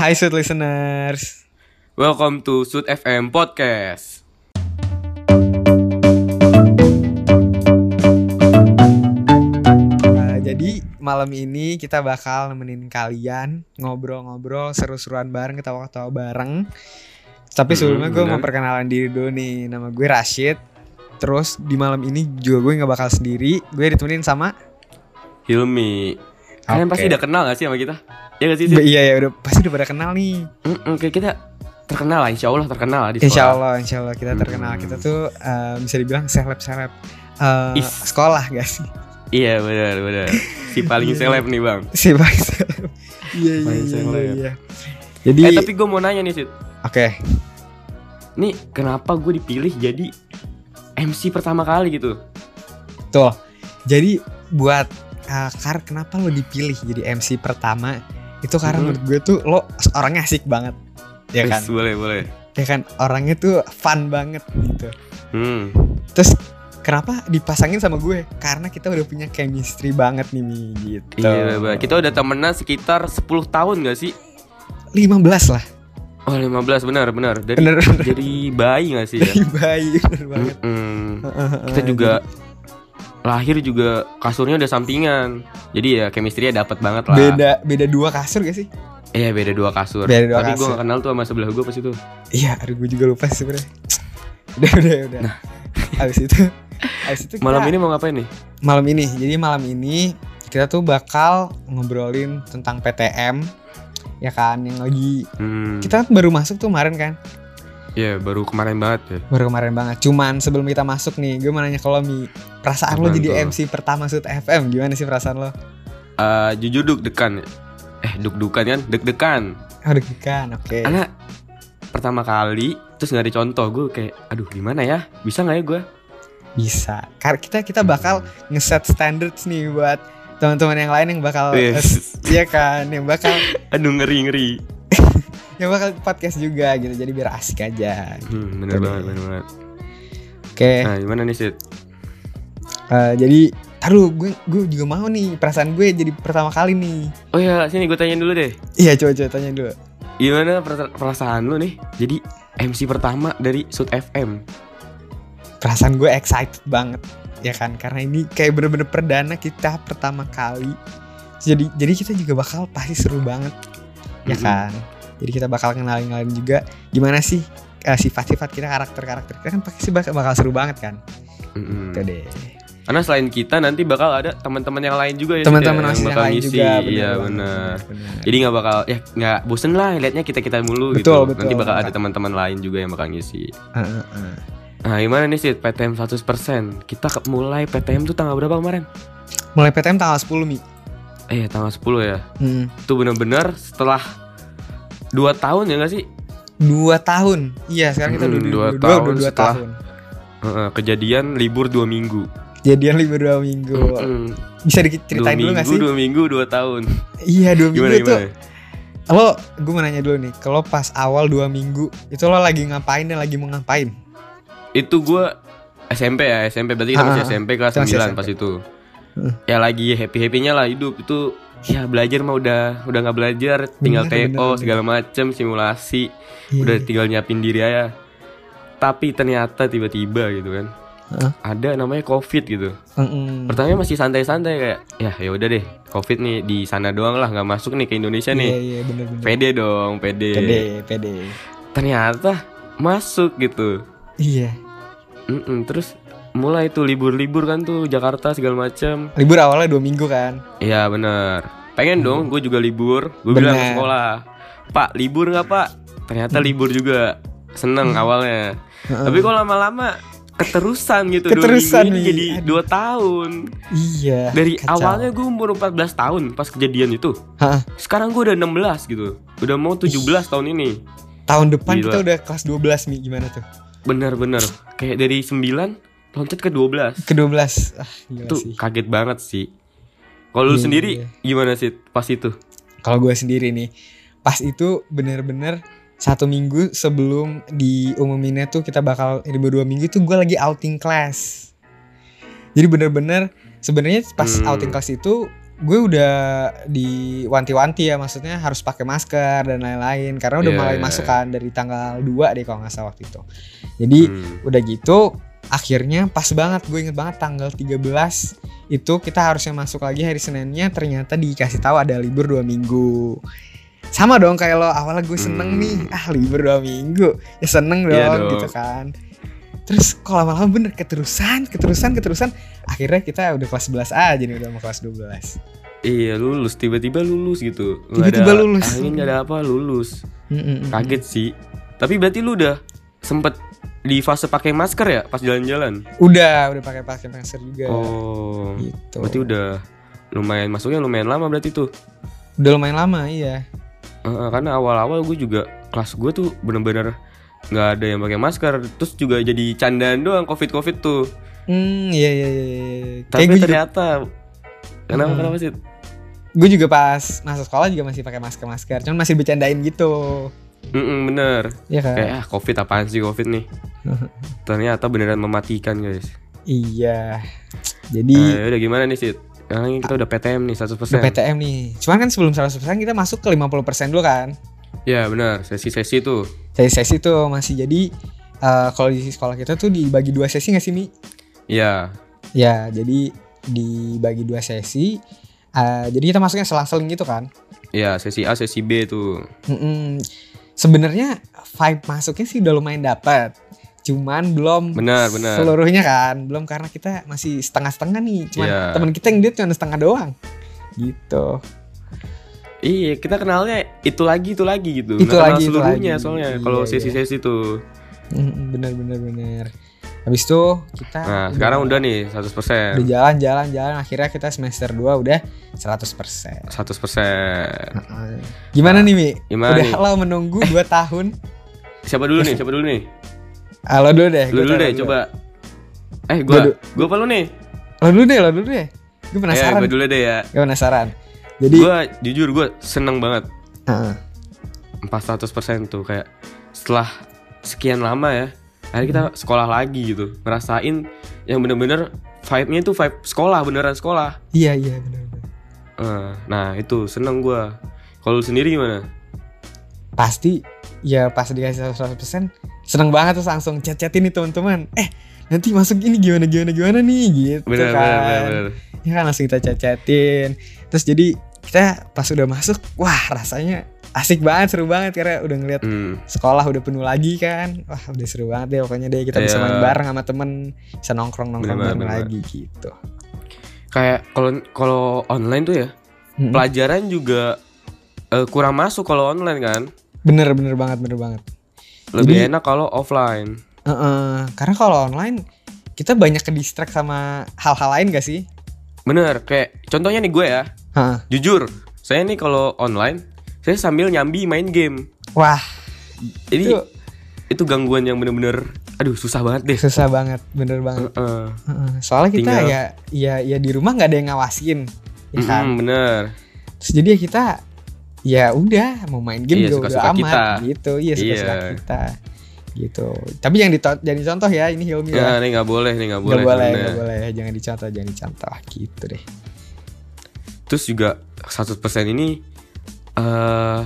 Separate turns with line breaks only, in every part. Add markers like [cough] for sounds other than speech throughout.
Hai Sweet Listeners
Welcome to Sud FM Podcast.
Nah, Jadi malam ini kita bakal nemenin kalian Ngobrol-ngobrol seru-seruan bareng Ketawa-ketawa bareng Tapi
Mm-mm,
sebelumnya gue mau
bener.
perkenalan diri dulu nih Nama gue Rashid Terus di malam ini juga gue gak bakal sendiri Gue ditemenin sama
Hilmi. Kalian pasti udah kenal gak sih sama kita? Ya gak sih?
Ba-
Sid?
Iya ya udah pasti udah pada kenal nih
Mm-mm, kayak kita terkenal lah, insya Allah terkenal lah di sekolah.
Insya Allah, insya Allah kita terkenal
Hmm.
Kita tuh eh, bisa dibilang seleb-seleb eh,
Is.
Sekolah gak [laughs] sih?
Iya benar benar. Si paling
[laughs] Iya.
seleb nih bang.
Si paling seleb Iya iya
Paling
iya, iya
seleb.
iya Jadi
Eh tapi gue mau nanya nih Sid.
Oke
Nih kenapa gue dipilih jadi MC pertama kali gitu?
Betul. Jadi buat uh, Kar kenapa lo dipilih jadi MC pertama? Itu karena
Mhm.
menurut gue tuh lo orangnya asik banget. Ya kan?
Wes, boleh boleh.
Ya kan orangnya tuh fun banget gitu.
Hmm.
Terus kenapa dipasangin sama gue? Karena kita udah punya chemistry banget nih Mi, gitu.
Iya bener. Kita udah temenan sekitar 10 tahun gak sih?
15 lah.
Oh 15 benar benar. Dari
Bener bener.
dari bayi gak sih ya?
[laughs] Dari bayi bener Iya banget.
Mm-mm. kita
Heeh,
juga lahir juga kasurnya udah sampingan jadi ya chemistry-nya dapat banget
jadi
lah
beda beda dua kasur gak sih?
iya beda dua kasur
Beda dua
tapi gue
kasur.
gak kenal tuh sama sebelah gue pas itu
Iya, aduh gue juga lupa sih sebenarnya. Udah udah udah. Abis itu abis itu kita-
Nah. malam ini mau ngapain nih
malam ini. Jadi malam ini kita tuh bakal ngobrolin tentang PTM ya kan yang lagi
hmm,
kita baru masuk tuh kemarin kan
ya baru kemarin banget ya
baru kemarin banget cuman sebelum kita masuk nih gue mau nanya ke lo Mi perasaan lo
Apaan
jadi
tuh?
MC pertama Sud FM gimana sih perasaan lo
Eh, jujur duk dekan eh duk dukan kan deg degan
aduh kan oke
karena pertama kali terus nggak ada contoh gue kayak aduh gimana ya bisa nggak ya gue
bisa karena kita kita bakal ngeset standards nih buat teman-teman yang lain yang bakal
Yes.
Iya kan yang bakal
aduh ngeri ngeri
yang bakal podcast juga gitu jadi biar asik aja
hmm, bener
Betul.
banget bener banget
oke
nah gimana nih Sid?
Eh, jadi taruh gue gue juga mau nih perasaan gue jadi pertama kali nih
oh ya sini gue tanyain dulu deh
iya coba coba tanya dulu
Gimana perasa- perasaan lu nih jadi MC pertama dari Sud FM?
perasaan gue excited banget ya kan karena ini kayak bener-bener perdana kita pertama kali jadi jadi kita juga bakal pasti seru banget ya
Mhm.
kan jadi kita bakal kenalin kenalin juga gimana sih eh, sifat-sifat kita karakter-karakter kita kan pasti bakal, bakal seru banget kan
Mm. Mm-mm.
Tuh deh
Karena selain kita nanti bakal ada teman-teman yang lain juga ya Sid, ya,
teman-teman masih yang
bakal
lain
ngisi.
juga
Iya
banget,
benar.
benar.
Jadi nggak bakal ya nggak bosen lah liatnya kita kita mulu gitu.
Betul, betul,
nanti bakal ada
benar.
teman-teman lain juga yang bakal ngisi.
Eh, eh, eh.
Nah gimana nih Sid PTM 100% Kita ke- mulai PTM tuh tanggal berapa kemarin?
mulai PTM tanggal 10 mi
Eh tanggal 10 ya.
Hmm.
Itu bener-bener setelah 2 tahun ya nggak sih?
dua tahun iya sekarang kita
Hmm,
udah
dua
dua, dua,
tahun
dua
setelah.
tahun
Heeh, kejadian libur 2 minggu.
jadian libur dua minggu
Mm-mm.
bisa dikit
Hmm, Dua
ceritain dulu
minggu,
gak sih
dua minggu, dua tahun.
iya dua minggu
Gimana
itu
gimana?
lo gue mau nanya dulu nih kalau pas awal dua minggu itu lo lagi ngapain dan lagi mau ngapain
itu gue SMP ya SMP berarti kita
Ah,
masih
ah,
SMP kelas
kita masih
9
SMP.
pas itu
Heeh.
ya lagi happy happynya lah hidup itu ya belajar mah udah udah nggak belajar tinggal
Bener,
TO
bener,
segala macem simulasi
Iya.
udah tinggal nyiapin diri aja tapi ternyata tiba-tiba gitu kan
Heeh.
ada namanya covid gitu
Mm-mm.
pertamanya masih santai-santai kayak ya ya udah deh covid nih di sana doang lah nggak masuk nih ke
iya
Indonesia nih
iya bener bener
pede dong pede.
pede pede
ternyata masuk gitu
iya
Mm-mm, terus mulai tuh libur-libur kan tuh Jakarta segala macem
libur awalnya dua minggu kan
Iya bener Pengen dong gue juga libur Gue
Bener.
bilang ke sekolah Pak libur nggak pak? Ternyata libur juga Seneng awalnya
Heeh.
Tapi kok lama-lama keterusan gitu dua
Keterusan,
minggu ini
Wi.
jadi
Aduh.
2 tahun
iya
Dari
kacau.
awalnya gue umur 14 tahun pas kejadian itu
Hah?
Sekarang gue udah 16 gitu Udah mau 17 tahun ini
tahun depan
Gila.
kita udah kelas 12 mi gimana tuh
Bener-bener Kayak dari 9 loncat ke 12
ke 12 ah gila
itu
sih
kaget banget sih. Kalau lu
Iya,
sendiri
iya.
gimana sih pas itu?
kalau gue sendiri nih pas itu bener-bener satu minggu sebelum diumuminnya tuh kita bakal libur dua minggu tuh gue lagi outing class jadi bener-bener sebenarnya pas
Hmm.
outing class itu gue udah diwanti-wanti ya maksudnya harus pakai masker dan lain-lain karena udah
Iya,
mulai
iya, Hmm.
masuk kan dari tanggal 2 deh kalau nggak salah waktu itu. Jadi udah gitu akhirnya pas banget gue inget banget tanggal 13 itu kita harusnya masuk lagi hari Seninnya ternyata dikasih tahu ada libur dua minggu sama dong kayak lo awalnya gue seneng
Hmm.
nih ah libur dua minggu ya seneng dong,
Iya dong.
gitu kan terus kalau lama-lama bener keterusan keterusan keterusan akhirnya kita udah kelas 11 aja nih udah mau kelas 12
Iya lulus tiba-tiba lulus gitu. Nggak
Tiba-tiba
ada
lulus.
Angin nggak ada apa lulus.
Mm-mm.
Kaget sih. Tapi berarti lu udah sempet di fase pakai masker ya pas jalan-jalan.
udah udah pakai pakai masker juga
Oh.
gitu
Berarti udah lumayan masuknya lumayan lama berarti tuh.
udah lumayan lama iya
Heeh, karena awal-awal gue juga kelas gue tuh bener-bener nggak ada yang pakai masker. Terus juga jadi candaan doang covid-covid tuh.
hmm iya iya iya iya. Kayak
Tapi
gue juga-
ternyata kenapa
Hmm.
kenapa sih?
gue juga pas masuk sekolah juga masih pakai masker masker cuman masih bercandain gitu
Mm-mm, bener.
ya kan
Kayak ah covid apaan sih covid nih? Ternyata beneran mematikan guys.
[laughs] iya
Nah,
jadi
ya udah gimana nih Sid? Sekarang ini kita udah PTM nih 100%
udah PTM nih cuman kan sebelum 100% kita masuk ke 50% dulu kan
Ya benar, sesi-sesi tuh
sesi sesi tuh masih jadi eh, kalau di sekolah kita tuh dibagi dua sesi nggak sih mi
Ya
ya jadi dibagi dua sesi eh, jadi kita masuknya selang-seling gitu kan
Ya sesi A, sesi B tuh
Mm-mm. sebenarnya vibe masuknya sih udah lumayan dapat cuman belum
Benar, benar.
seluruhnya kan belum karena kita masih setengah-setengah nih cuman
Iya.
teman kita yang dia cuma setengah doang gitu
Iya kita kenalnya itu lagi itu lagi gitu
Itu
Nggak kenal
lagi, itu
seluruhnya
lagi.
soalnya
Iya,
Kalau
iya.
sesi-sesi tuh
Mm-mm, bener bener bener habis itu kita
Nah sekarang udah nih 100%
Ah, iya. udah jalan jalan jalan akhirnya kita semester 2 udah 100%
100%
Heeh. gimana nih Mi?
Nah, Gimana
udah
nih?
lo menunggu 2 tahun
[laughs] Siapa dulu nih? Siapa dulu nih?
Ah, lo dulu deh
Lu
gua
dulu
taruh
deh coba Eh gua
Gua du-
Gua apa lu nih?
lo dulu deh lo dulu deh gue
Ya
penasaran
gua dulu deh ya
Gua penasaran jadi
Gua jujur gua seneng banget
heeh.
400% tuh kayak setelah sekian lama ya akhirnya kita
Hmm.
sekolah lagi gitu ngerasain yang bener-bener vibe-nya itu vibe sekolah beneran sekolah
iya iya bener bener
Eh, nah itu seneng gua kalau lu sendiri gimana
pasti ya pas dikasih 100% seneng banget terus langsung chat-chatin nih teman-teman eh nanti masuk ini gimana gimana gimana nih gitu
bener
kan
bener bener, bener.
ya kan langsung kita chat-chatin terus jadi kita pas udah masuk wah rasanya asik banget seru banget karena udah ngeliat
Hmm.
sekolah udah penuh lagi kan wah udah seru banget deh pokoknya deh kita bisa
Iya.
main bareng sama temen bisa nongkrong nongkrong
Bener banget,
bareng
bener
lagi gitu
kayak kalau kalau online tuh ya
Mm-mm.
pelajaran juga eh, kurang masuk kalau online kan
bener bener banget bener banget
lebih
Jadi-
enak kalau offline
Heeh, karena kalau online kita banyak ke distract sama hal-hal lain gak sih
bener kayak contohnya nih gue ya
Heeh.
jujur saya nih kalau online saya sambil nyambi main game
wah
Jadi
Itu-
itu, gangguan yang bener-bener aduh susah banget deh.
susah banget bener banget
Heeh.
Heeh, soalnya kita
Tinggal-
ya ya ya di rumah nggak ada yang ngawasin ya kan
Mm-mm, bener.
terus jadi ya kita ya udah mau main game
Iya,
juga udah
suka-suka
amat
kita.
gitu iya suka suka
Iya.
kita gitu tapi jangan dito- jangan dicontoh ya ini Hilmi ya
Nah, ini nggak boleh, nih nggak boleh.
nggak boleh
sebenarnya.
nggak boleh jangan dicontoh jangan dicontoh gitu deh
Terus juga 100% ini eh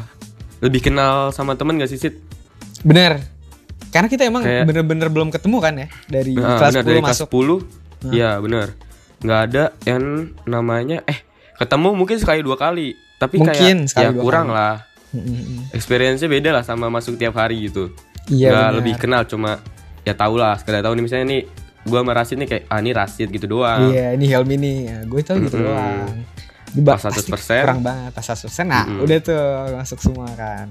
lebih kenal sama temen gak sih Sid?
bener karena kita emang
Kayak-
bener-bener belum ketemu kan ya dari
Nah,
kelas
bener,
10
dari kelas
masuk
10 Iya bener Nggak ada yang namanya Eh ketemu mungkin sekali dua kali Tapi
Mungkin
kayak
sekali
ya
dua kali.
kurang lah
Mm, mm, mm.
Experience-nya beda lah sama masuk tiap hari gitu
iya
nggak
bener.
lebih kenal cuma ya tau lah sekedar tahu nih misalnya nih gua sama Rasid nih kayak ah ini Rasid gitu doang
Iya, ini Helmi nih. gue tau gitu
Mm-mm.
doang. Ini ba-
Pas
pasti
100%.
kurang banget pas 100%. Nah,
Mm-mm.
udah tuh masuk semua kan.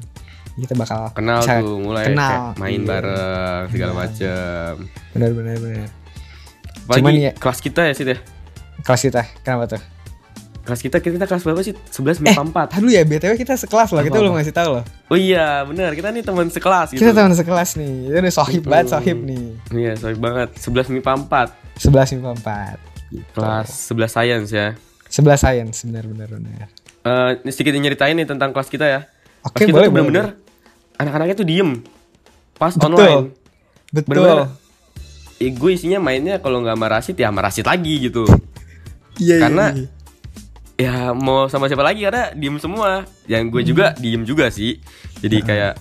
Kita bakal
kenal
bisa-
tuh mulai
kenal.
kayak main
Iya.
bareng segala
Iya.
macem
Bener bener bener.
Apalagi
Cuman ya-
kelas kita ya Sid ya
Kelas kita, kenapa tuh?
kelas kita kita kelas berapa sih 11 MIPA
Tahan dulu ya, BTW kita sekelas loh. Kita
Apa-apa?
belum ngasih tahu loh.
4 oh iya bener kita nih teman sekelas gitu
Kita teman sekelas nih. Itu udah sohib
Mm-mm.
banget, sohib nih.
iya sorry banget 11 MIPA 4
11 MIPA 4. Gitu.
kelas 11 science ya
11 science, bener bener bener.
Eh ini sedikit nyeritain nih tentang kelas kita ya
Oke,
kelas kita
boleh
tuh
boleh.
bener-bener anak-anaknya tuh diem pas
Betul.
online
Betul.
bener-bener eh, gue isinya mainnya kalau nggak sama Rasid ya sama Rasid lagi gitu
Iya, iya,
Karena-
iya.
ya mau sama siapa lagi karena diem semua yang gue juga
Hmm.
diem juga sih jadi kayak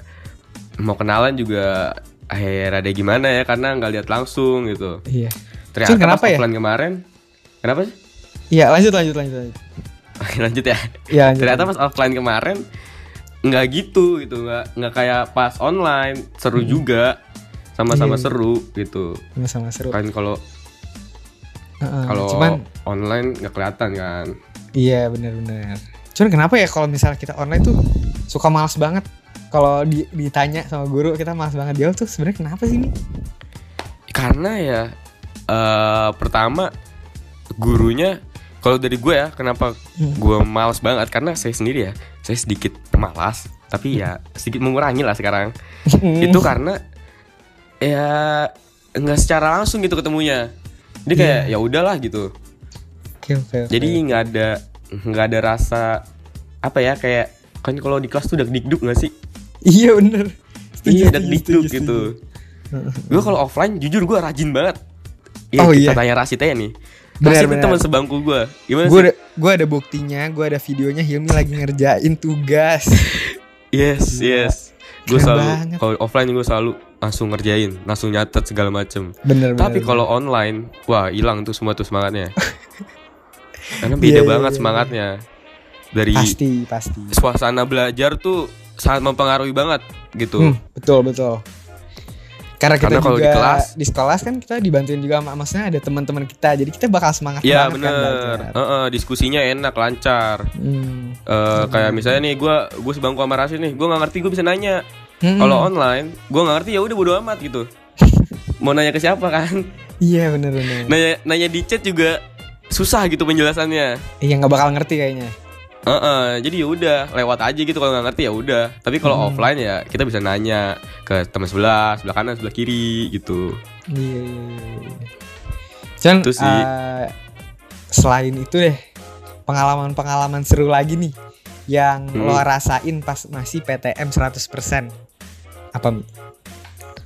mau kenalan juga akhirnya ada gimana ya karena nggak lihat langsung gitu
Iya.
ternyata
Cun, kenapa
pas
ya?
offline kemarin kenapa sih [laughs]
Iya, lanjut lanjut lanjut lanjut.
Oke, lanjut ya
Iya, lanjut.
ternyata pas offline kemarin nggak gitu gitu nggak nggak kayak pas online seru juga
Hmm. Iya,
sama-sama
iya.
seru gitu
Nggak sama seru.
kan kalau
Heeh,
kalau
cuman
online nggak kelihatan kan
iya benar-benar. Cuman kenapa ya kalau misalnya kita online tuh suka males banget kalau di- ditanya sama guru kita males banget jawab tuh sebenarnya kenapa sih ini?
karena ya eh pertama gurunya kalau dari gue ya kenapa
Hmm.
gue malas banget karena saya sendiri ya saya sedikit malas tapi ya sedikit mengurangi lah sekarang
Hmm.
itu karena ya nggak secara langsung gitu ketemunya jadi kayak ya udahlah gitu
Oke, oke, Iya. oke.
jadi nggak ada nggak ada rasa apa ya kayak kan kalau di kelas tuh udah dikduk nggak sih
iya bener. Setuju,
iya udah
setuju,
dikduk
setuju,
gitu
setuju. Heeh.
gue kalau offline jujur gue rajin banget Iya
Oh, iya.
kita tanya Rasid aja nih
Benar,
Rasid tuh
benar.
teman sebangku gue Gimana
Gue
sih?
ada, gue ada buktinya, gue ada videonya Hilmi lagi ngerjain tugas.
Yes,
Gila.
yes Gue
Keren
selalu
banget.
Kalau offline gue selalu Langsung ngerjain Langsung nyatet segala macem
[laughs] Bener bener.
Tapi
bener.
kalau online Wah hilang tuh semua
[laughs]
tuh semangatnya Karena beda
Iya, iya,
banget
iya.
semangatnya Dari
pasti pasti.
suasana belajar tuh Sangat mempengaruhi banget gitu
Hmm, betul betul. Karena kita
Karena kalau
juga
di
di,
kelas-
sekolah kan kita dibantuin juga sama maksudnya ada teman-teman kita. Jadi kita bakal semangat
Iya
banget kan
bener
belajar.
Heeh, Diskusinya enak, lancar
Hmm.
Eh, kayak misalnya nih gue gue sebangku sama Rasid nih gue nggak ngerti gue bisa nanya
Hmm.
kalau online gue nggak ngerti ya udah bodo amat
[laughs]
gitu mau nanya ke siapa kan
Iya bener bener.
nanya nanya di chat juga susah gitu penjelasannya
Iya nggak bakal ngerti kayaknya.
Heeh, jadi ya udah lewat aja gitu kalau nggak ngerti ya udah tapi kalau
Hmm.
offline ya kita bisa nanya ke teman sebelah sebelah kanan sebelah kiri gitu
Iya iya iya. iya. Cuman
Itu sih.
eh, selain itu deh pengalaman-pengalaman seru lagi nih yang lo
Hmm.
rasain pas masih PTM 100% apa mi?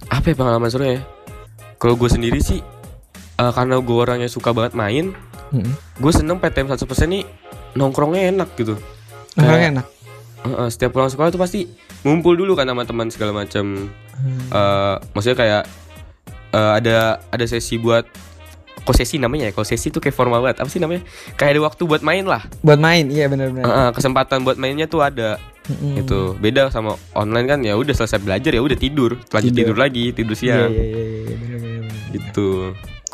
apa ya pengalaman seru ya kalau gue sendiri sih eh, karena gue orangnya suka banget main
Hmm.
gue seneng PTM 100% nih nongkrongnya enak gitu
Nongkrongnya enak.
Heeh, setiap pulang sekolah tuh pasti ngumpul dulu kan sama teman segala macam.
Hmm.
Eh, maksudnya kayak eh, ada ada sesi buat kosesi namanya ya. Kosesi tuh kayak formal banget. Apa sih namanya? Kayak ada waktu buat main lah.
Buat main, iya bener-bener.
Heeh, kesempatan buat mainnya tuh ada
Hmm.
gitu. Beda sama online kan ya udah selesai belajar ya udah tidur, lanjut
Tidur.
tidur. lagi, tidur
Iya
siang
iya iya iya, bener, bener, bener.
ya. gitu.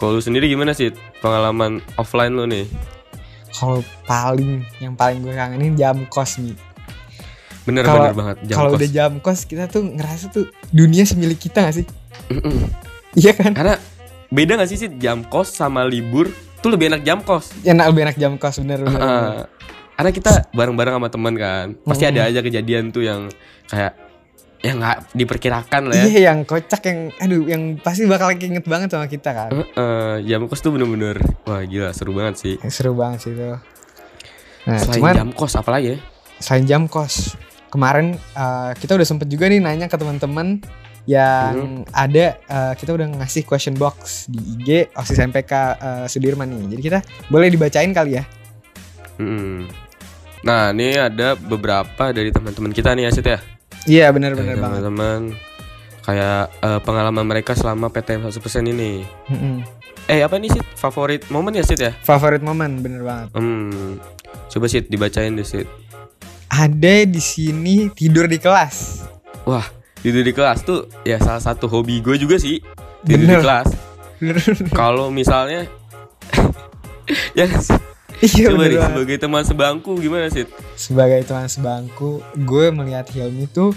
Kalau lu sendiri gimana sih pengalaman offline lu nih?
Kalau paling yang paling gue kangenin jam kos nih.
Bener
Kalau-
bener banget jam
Kalau
kos.
udah jam kos kita tuh ngerasa tuh dunia semilik kita gak sih?
Mm-mm.
Iya kan?
Karena beda gak sih sih jam kos sama libur tuh lebih enak jam kos.
Enak lebih enak jam kos bener bener. bener. Hmm.
Heeh. karena kita bareng-bareng sama teman kan pasti ada aja kejadian tuh yang kayak yang nggak diperkirakan lah ya
Iya yang kocak yang aduh yang pasti bakal keinget banget sama kita kan.
Heeh, jam kos tuh bener-bener wah gila seru banget sih
Seru banget sih itu. Nah,
selain
cuman
jam kos apalagi ya
selain jam kos kemarin eh, kita udah sempet juga nih nanya ke teman-teman yang
Hmm.
ada eh, kita udah ngasih question box di IG osis MPK eh, Sudirman nih jadi kita boleh dibacain kali ya
Mm-mm. nah ini ada beberapa dari teman-teman kita nih Asit ya
iya benar-benar
Dari
banget
teman-teman kayak eh, pengalaman mereka selama PTM 100% ini
Mm-mm.
eh apa nih Sit favorit momen ya Sit ya
favorite moment bener banget
hmm coba Sit dibacain deh Sit
ada di sini tidur di
[laughs]
kelas
Wah, tidur di kelas tuh ya salah satu hobi gue juga sih. Tidur di
Bener.
kelas.
Bener.
Kalau misalnya [laughs] ya
iya
coba
bener
nih,
banget.
sebagai teman sebangku gimana sih?
sebagai teman sebangku gue melihat Hilmi tuh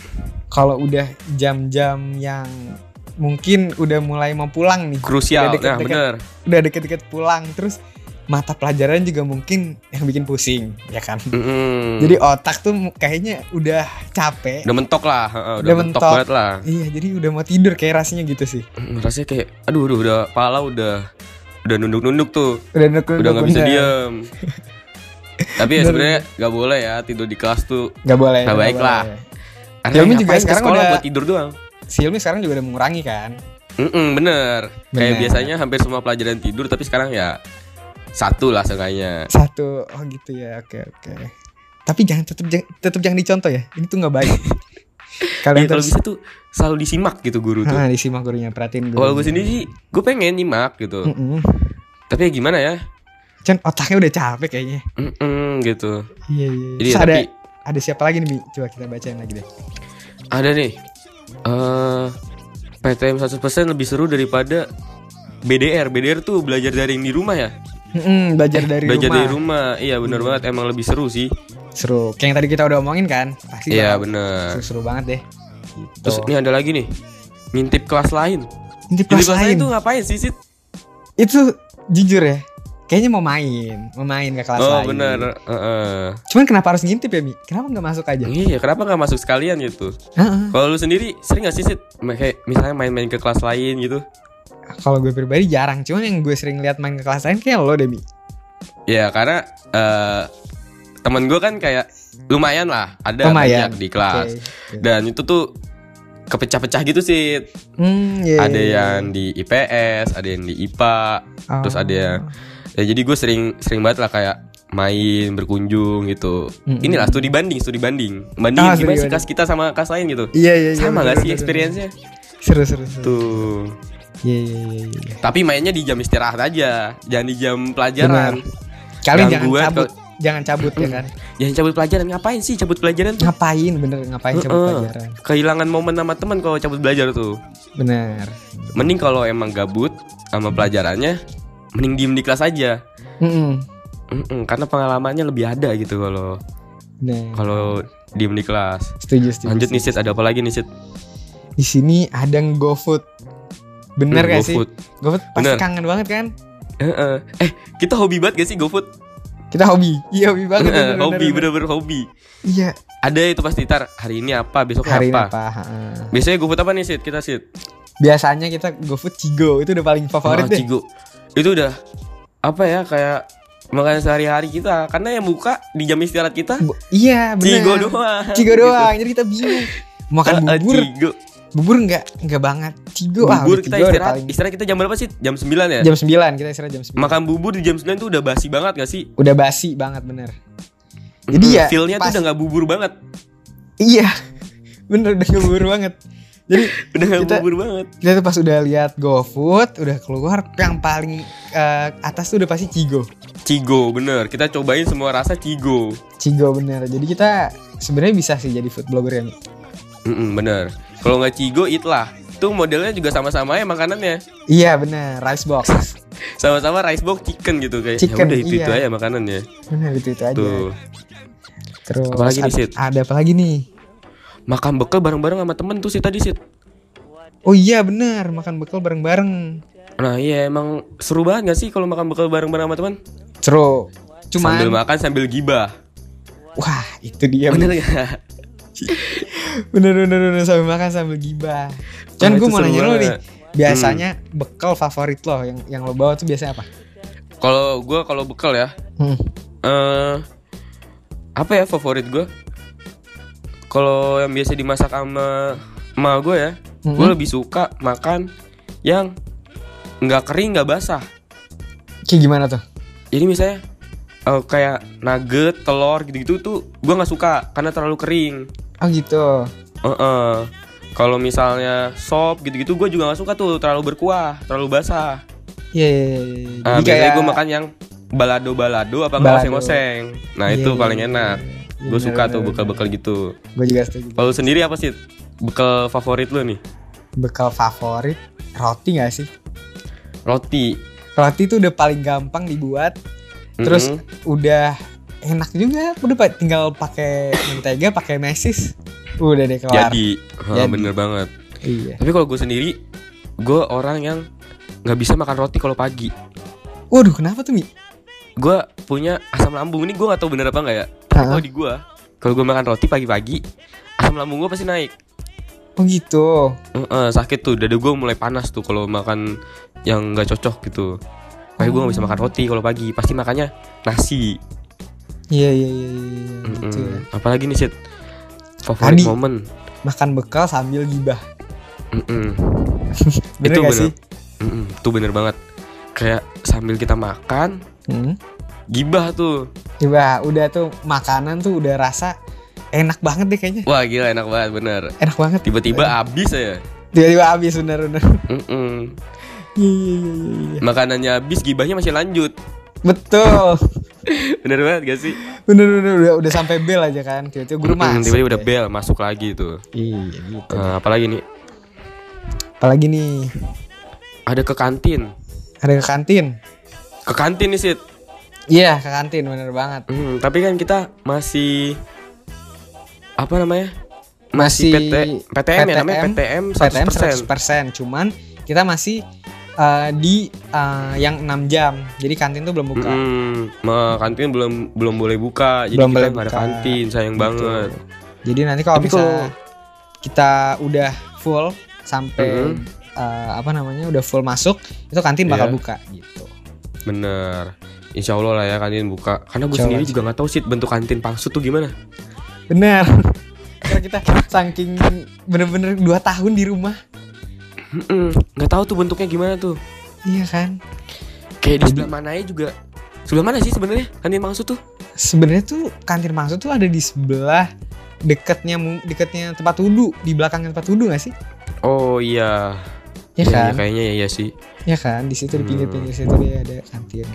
kalau udah jam-jam yang mungkin udah mulai mau pulang nih
Krusial.
Udah deket-deket.
Nah, bener.
udah deket-deket pulang terus mata pelajaran juga mungkin yang bikin pusing ya kan
Hmm. Mm-mm.
jadi otak tuh mu- kayaknya udah capek
udah mentok lah, heeh, udah,
Udah
mentok,
mentok.
banget lah.
iya jadi udah mau tidur kayak rasanya gitu sih
Mm, Rasanya kayak aduh aduh udah pala udah udah nunduk-nunduk tuh.
udah nunduk-nunduk,
Udah nggak bisa
bener. [laughs]
diem. Tapi ya
Bener.
sebenarnya nggak boleh ya tidur di kelas tuh.
nggak boleh
Nggak baik
boleh.
lah.
Ya, Umi
Karena
juga
ngapain ke
sekarang
sekolah
udah-
buat tidur doang.
si Hilmi sekarang juga udah mengurangi kan
Mm-mm, bener. Kayak
Bener.
biasanya hampir semua pelajaran tidur tapi sekarang ya satu lah seenggaknya
satu oh gitu ya oke oke tapi jangan tetap tetap jangan dicontoh ya ini tuh nggak
[laughs]
baik
Ya,
kalian
kalau
terus
bisa tuh selalu disimak gitu guru tuh
[laughs] nah, disimak gurunya perhatiin
kalau gue
gurunya.
sendiri sih gue pengen nyimak gitu
Mm-mm.
tapi ya gimana ya
Cen otaknya udah capek kayaknya
Mm-mm, gitu
iya iya iya.
jadi
Terus
ya,
ada
tapi
ada siapa lagi nih Mi? coba kita bacain lagi deh
ada nih eh PTM 100% lebih seru daripada BDR BDR tuh belajar daring di rumah ya
Mm-mm, belajar dari
belajar
rumah Mm.
dari rumah iya benar banget emang lebih seru sih
seru kayak yang tadi kita udah omongin kan pasti bakal
iya benar
seru, seru banget deh gitu.
terus ini ada lagi nih ngintip kelas lain
Ngintip
Ngintip
kelas lain
tuh ngapain sih Sid?
itu jujur ya kayaknya mau main mau main ke kelas
oh
lain
benar Heeh.
cuman kenapa harus ngintip ya Mi kenapa nggak masuk aja
iya kenapa nggak masuk sekalian gitu
Heeh.
kalau lu sendiri sering nggak sih Sid? kayak misalnya main-main ke kelas lain gitu
kalau gue pribadi jarang cuman yang gue sering lihat main ke kelas lain kayak lo deh Mi
Ya karena eh temen gue kan kayak lumayan lah ada
Lumayan.
banyak di
Oke,
kelas
oke.
dan itu tuh kepecah-pecah gitu sih
Hmm, iya, iya,
ada
iya.
yang di IPS ada yang di IPA
Oh.
terus ada yang ya jadi gue sering sering banget lah kayak main berkunjung gitu
Mm-mm.
inilah studi banding studi banding
Ah,
bandingin
studi
gimana sih
banding.
kelas kita sama kelas lain gitu
Iya iya iya.
sama
bener,
gak sih
bener,
experience-nya
bener. Seru seru seru.
tuh
Iya iya iya iya, iya.
Gitu. tapi mainnya di jam istirahat aja jangan di jam pelajaran
Kalian jangan
Gangguan
cabut, jangan cabut ya kan.
jangan cabut pelajaran ngapain sih cabut pelajaran tuh
Ngapain bener ngapain cabut
Heeh.
pelajaran.
Kehilangan momen sama teman kalau cabut belajar tuh.
Bener.
Mending kalau emang gabut sama pelajarannya, mending diem di kelas aja.
Mm-mm.
Mm-mm, karena pengalamannya lebih ada gitu kalau
Bener.
kalau diem di kelas.
Setuju setuju.
Lanjut nih Sid, ada apa lagi nih Sid?
Di sini ada yang GoFood. Bener
Hmm,
gak sih?
GoFood.
GoFood pasti
Bener.
kangen banget kan?
Heeh. Eh, kita hobi banget gak sih GoFood?
Kita hobi. Iya hobi banget. bener, bener,
hobi,
bener.
bener-bener hobi.
Iya.
Ada itu pasti tar hari ini apa, besok
Hari ini
apa.
apa? Heeh.
Biasanya GoFood apa nih Sid? Kita Sid.
Biasanya kita GoFood Cigo itu udah paling favorit
Ah,
deh.
Cigo. Itu udah apa ya kayak makanan sehari-hari kita karena yang buka di jam istirahat kita
Bu- Iya bener.
Cigo doang. Gitu.
Cigo doang. Jadi kita bingung. Makan
Ah, ah,
bubur
Cigo.
bubur nggak nggak banget cigo ah,
Bubur
udah
kita
cigo udah
istirahat.
paling-
Istirahat kita jam berapa sih? Jam 9 ya?
jam 9 kita istirahat jam 9
Makan bubur di jam 9 tuh udah basi banget gak sih?
udah basi banget bener Jadi
Mm,
ya,
feel-nya
pas-
tuh udah gak bubur
[laughs]
banget.
iya [laughs] bener udah keburu banget jadi
Udah gak
Kita-
bubur banget.
kita tuh pas udah lihat GoFood udah keluar yang paling eh, atas tuh udah pasti cigo
Cigo bener. Kita cobain semua rasa Cigo.
cigo bener jadi kita sebenarnya bisa sih jadi food blogger ya Mi.
Mm-mm, bener. Kalau nggak Cigo eat lah. Tuh modelnya juga sama-sama ya makanannya.
iya bener rice box
Sama-sama rice box chicken gitu kayak.
Chicken,
ya udah itu itu
iya.
aja makanannya.
bener itu itu aja
Tuh.
terus
Apalagi nih,
ad-
Sid?
ada apa lagi nih
Makan bekal bareng-bareng sama temen tuh sih tadi sih.
oh iya bener makan bekal bareng bareng
Nah iya emang seru banget gak sih kalau makan bekal bareng-bareng sama teman?
seru cuman
Sambil makan sambil gibah.
wah itu dia Mi.
Bener gak?
bener bener bener sambil makan sambil gibah.
Wah,
Chan
itu
gue mau
seru
nanya lo nih,
banget. Hmm.
biasanya bekal favorit lo yang yang lo bawa tuh biasanya apa?
[laughs] Kalau gue kalau bekal ya,
Hmm.
eh apa ya favorit gue? Kalau yang biasa dimasak sama emak gue ya, gue
Mhm.
lebih suka makan yang nggak kering nggak basah.
Kayak gimana tuh?
Jadi misalnya eh, kayak nugget, telur gitu-gitu tuh gue nggak suka karena terlalu kering.
Oh gitu.
Heeh. Kalau misalnya sop gitu-gitu gue juga nggak suka tuh terlalu berkuah, terlalu basah.
Iya. iya, iya, iya.
Nah,
Jadi
biasanya
kayak-
gue makan yang balado-balado
Balado.
apa nggak oseng-oseng. Nah
Iya,
itu
iya,
paling
iya,
enak.
iya. Iya,
Gue
bener,
suka
bener,
tuh
bener.
bekal-bekal gitu.
Gue juga setuju.
Kalau lu sendiri apa sih bekal favorit lu nih?
Bekal favorit roti gak sih?
Roti.
Roti tuh udah paling gampang dibuat,
Mm-mm.
terus udah enak juga. Udah pa- tinggal pakai mentega, pakai mesis, udah deh kelar.
jadi, Ah,
Jadi.
bener banget.
Iya.
Tapi kalau gue sendiri, gue orang yang nggak bisa makan roti kalau pagi.
Waduh, kenapa tuh Mi?
Gue punya asam lambung ini gue nggak tahu bener apa nggak ya. Tapi
Hah?
Kalau di gue, kalau gue makan roti pagi-pagi, asam lambung gue pasti naik.
Oh gitu.
Heeh, sakit tuh dada gue mulai panas tuh kalau makan yang nggak cocok gitu kayak gue nggak
Hmm.
bisa makan roti kalau pagi pasti makannya nasi
Iya iya iya. iya, iya.
Mm-mm.
Gitu ya.
apalagi nih Sid favorit
Tadi.
momen
Makan bekal sambil gibah.
Mm-mm.
Bener
Itu
gak
bener.
sih?
Mm-mm, itu bener banget kayak sambil kita makan
Hmm.
Gibah tuh.
Coba udah tuh makanan tuh udah rasa enak banget deh kayaknya.
Wah gila enak banget bener.
Enak banget.
Tiba-tiba habis saya.
Tiba-tiba habis bener-bener.
Mm-mm.
[laughs] Iya iya iya iya, iya.
Makanannya habis gibahnya masih lanjut. [laughs]
Betul.
Bener banget gak sih?
Bener-bener udah, udah sampai bel aja kan. Tiba-tiba gue
Mm-mm,
masuk.
Tiba-tiba udah
deh.
bel masuk lagi tuh.
ya. Iya gitu.
Eh, apalagi nih
Apalagi nih
ada ke kantin.
ada ke kantin.
Ke kantin nih Sid.
Iya ke kantin bener banget.
Hmm, tapi kan kita masih apa namanya?
Masih
PT, PTM, ya namanya PTM 100%.
PTM 100%. Cuman kita masih eh, di eh, yang 6 jam. Jadi kantin tuh belum buka.
Mm, ma- kantin belum belum boleh buka, jadi
Belum
kita
boleh
nggak ada
buka.
kantin, sayang
Gitu.
banget.
Jadi nanti kalau
Tapi
misalnya kita udah full sampai
Mhm.
eh, apa namanya udah full masuk itu kantin bakal
Iya.
buka gitu.
Bener. Insya Allah lah ya kantin buka. Karena gue
Insya
sendiri
Allah.
juga nggak tahu sih bentuk kantin pangsut tuh gimana.
Bener. [laughs] Karena kita saking bener-bener 2 tahun di rumah,
Mm-mm, Nggak tahu tuh bentuknya gimana tuh.
iya kan?
Kayak di
Jadi-
sebelah mananya juga. Sebelah mana sih sebenarnya kantin pangsut tuh?
Sebenarnya tuh kantin maksud tuh ada di sebelah deketnya mu- deketnya tempat wudhu di belakangnya tempat wudhu gak sih?
Oh iya.
Iya
Iya,
kan?
iya, kayaknya ya, iya sih.
Iya kan? Di situ di
Hmm.
pinggir-pinggir situ dia ada kantin.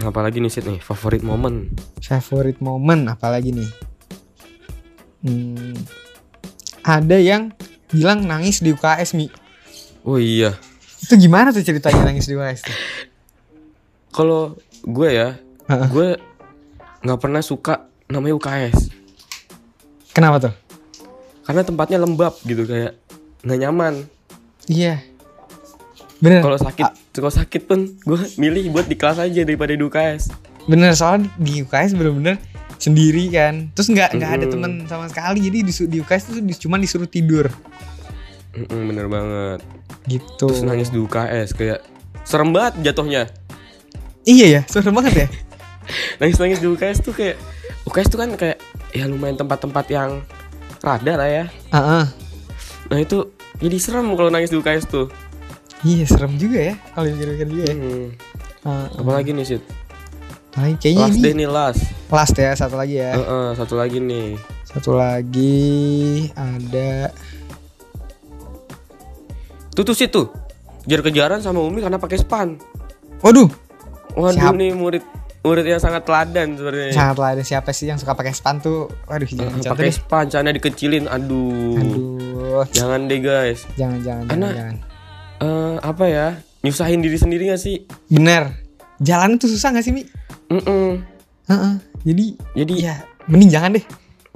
Apalagi nih Sid nih favorit momen.
Favorite moment apalagi nih? Hmm, ada yang bilang nangis di UKS Mi.
Oh iya.
Itu gimana tuh ceritanya nangis di UKS? tuh?
kalau gue ya
Heeh.
gue nggak pernah suka namanya UKS
Kenapa tuh?
karena tempatnya lembab gitu kayak nggak nyaman
Iya. Bener.
kalau sakit kalau sakit pun gue milih buat di kelas aja daripada di UKS
Bener soalnya di UKS bener-bener sendiri kan. Terus nggak nggak ada
Mm-mm.
teman sama sekali. Jadi di, di UKS tuh dis- cuman disuruh tidur
Mm-mm, bener banget
gitu.
terus nangis di UKS kayak serem banget jatuhnya
Iya ya, serem banget ya.
nangis nangis di UKS tuh kayak UKS tuh kan kayak ya lumayan tempat-tempat yang rada lah ya
Heeh.
nah itu jadi serem kalau nangis di UKS tuh
Iya serem juga ya kalau dipikir-pikir juga ya.
Hmm,
Heeh.
apalagi nih Sid
Apalagi kayaknya
last
ini
day nih last
last ya satu lagi ya.
Heeh, satu lagi nih
Satu lagi ada
Tuh tuh situ. Kejar-kejaran sama Umi karena pakai span.
Waduh,
Waduh
Siap.
nih murid murid yang sangat teladan sebenarnya.
sangatlah ada siapa sih yang suka pakai span tuh? Waduh, jangan
Eh,
dicontoh
Pakai
deh.
span, celana dikecilin. Aduh.
Aduh,
Jangan deh guys.
jangan jangan jangan.
Anak.
jangan.
Eh apa ya? Nyusahin diri sendiri gak sih?
Bener. Jalan tuh susah gak sih, Mi?
Mm-mm.
Heeh. Jadi
Jadi ya.
Iya, mending jangan deh.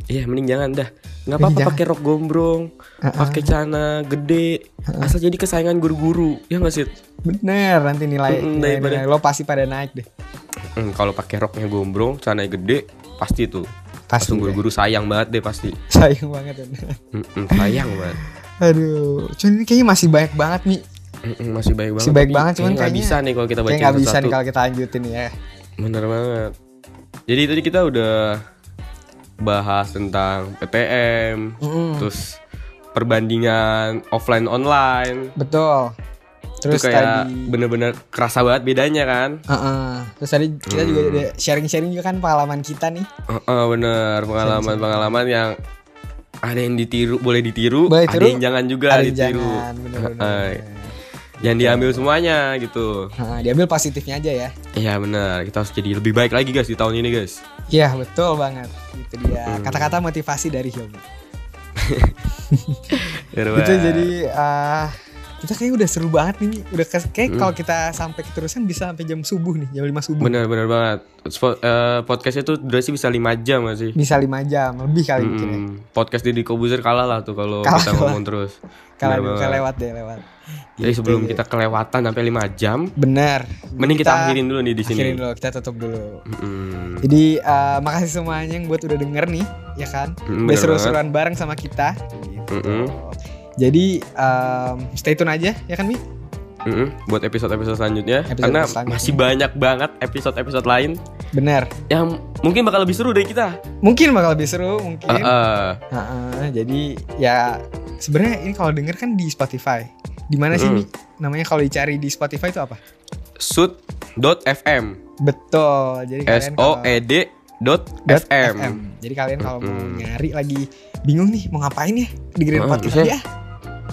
mending jangan dah. Nggak
Mending
apa-apa
jangan.
pakai rok gombrong,
Heeh.
pakai celana gede. Asal jadi kesayangan guru-guru. Ya nggak sih?
Bener, nanti nilai,
Mm-mm,
nilai,
daripada-
nilai lo pasti pada naik deh. [laughs]
Hmm, kalau pakai roknya gombrong, celana gede, pasti tuh.
Pasti ya.
Langsung
deh.
guru-guru sayang banget deh pasti.
Sayang banget bener.
Mm-mm, sayang banget.
Aduh, cuman ini kayaknya masih banyak banget nih.
Mm-mm, masih baik banget.
Masih baik
tapi
banget, cuman
nggak
kayaknya-
bisa nih kalau kita baca
Kayak nggak bisa nih kalau kita lanjutin ya.
Bener banget. Jadi tadi kita udah bahas tentang PTM,
Mm-mm.
terus perbandingan offline online.
Betul. Terus
itu kayak
tadi
bener-bener kerasa banget bedanya kan.
Heeh. Terus tadi kita juga
Hmm.
ada sharing-sharing juga kan pengalaman kita nih.
Heeh, bener pengalaman-pengalaman yang ada yang ditiru, boleh ditiru,
Boleh
ada
tiru,
yang jangan juga
Ada yang
ditiru.
jangan bener-bener.
Heeh. Jangan diambil semuanya gitu.
Heeh, diambil positifnya aja ya.
Iya bener, kita harus jadi lebih baik lagi guys di tahun ini guys.
Iya, betul banget. Itu
Hmm.
dia. Kata-kata motivasi dari Hilmi.
Bener
Itu
banget.
jadi ah, kita kayak udah seru banget nih. Mi. Udah kes- kayak kalau kita sampai keterusan bisa sampai jam subuh nih, jam 5 subuh.
Hmm. Bener bener banget. Spo- eh, Podcast itu durasi bisa 5 jam gak sih?
Bisa 5 jam lebih kali
Hmm,
mungkin ya.
Mm-mm. Podcast Deddy Kobuzer kalah lah tuh kalau
Kalah,
kita
kalah.
ngomong terus.
Kalau bukan
Bener banget.
lewat deh, lewat.
Jadi
Gitu.
sebelum kita kelewatan sampai 5 jam,
benar.
mending kita, akhirin dulu nih di sini. Hmm,
Akhirin dulu, kita tutup dulu.
Mm-mm.
Jadi eh, makasih semuanya yang buat udah denger nih, ya kan? udah
Mm, bener
seru-seruan bareng sama kita. Gitu.
Mm-mm.
Jadi em, stay tune aja, ya kan Mi?
Mm-mm. hmm, Buat episode-episode selanjutnya
Episode
karena
selanjutnya.
masih banyak banget episode-episode lain
Bener.
yang mungkin bakal lebih seru dari kita. Eh,
Mungkin bakal lebih seru, mungkin.
Heeh.
Heeh, jadi ya sebenarnya ini kalau denger kan di Spotify. Di mana sih Mi?
Mm.
Namanya kalau dicari di Spotify itu apa?
Shoot dot fm
Betul. Jadi Iya,
s
kalian kalau-
o e d dot
dot
fm
Jadi kalian kalau mau
Mm-mm.
nyari lagi bingung nih mau ngapain ya di Green
Ah,
Podcast
bisa.
aja.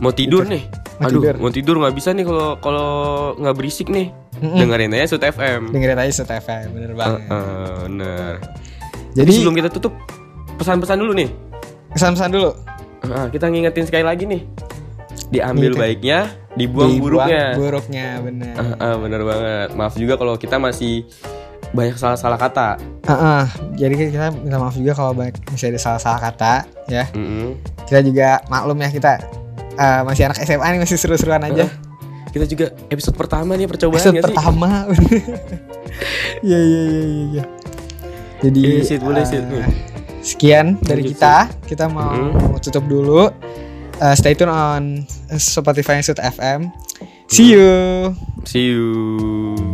mau tidur nih
Mau
aduh
tidur.
mau tidur nggak bisa nih kalau kalau nggak berisik nih
Mm-mm.
dengerin aja Sud fm
Dengerin aja Set FM, bener
Eh,
banget.
eh, bener
Jadi
sebelum kita tutup pesan-pesan dulu nih
pesan-pesan dulu.
Ah, kita ngingetin sekali lagi nih diambil
Ngingetin.
baiknya dibuang,
Dibuang
buruknya
buruknya, bener.
Ah, ah, bener banget maaf juga kalau kita masih banyak salah-salah kata
Ah, ah. Jadi kita minta maaf juga kalau banyak misalnya ada salah-salah kata ya.
Mm-mm.
Kita juga maklum ya kita eh, masih anak SMA nih masih seru-seruan aja.
kita juga episode pertama nih percobaan
Episode
nggak sih?
pertama. [laughs] Iya iya iya iya. iya. Jadi
Iya, Sid, boleh,
eh,
Sid. Hmm.
sekian dari
Lanjut,
kita.
Mm-hmm.
Kita mau
Mm-mm.
tutup dulu. Eh, stay tune
Mm-hmm.
on Spotify Sud FM. See you.
see you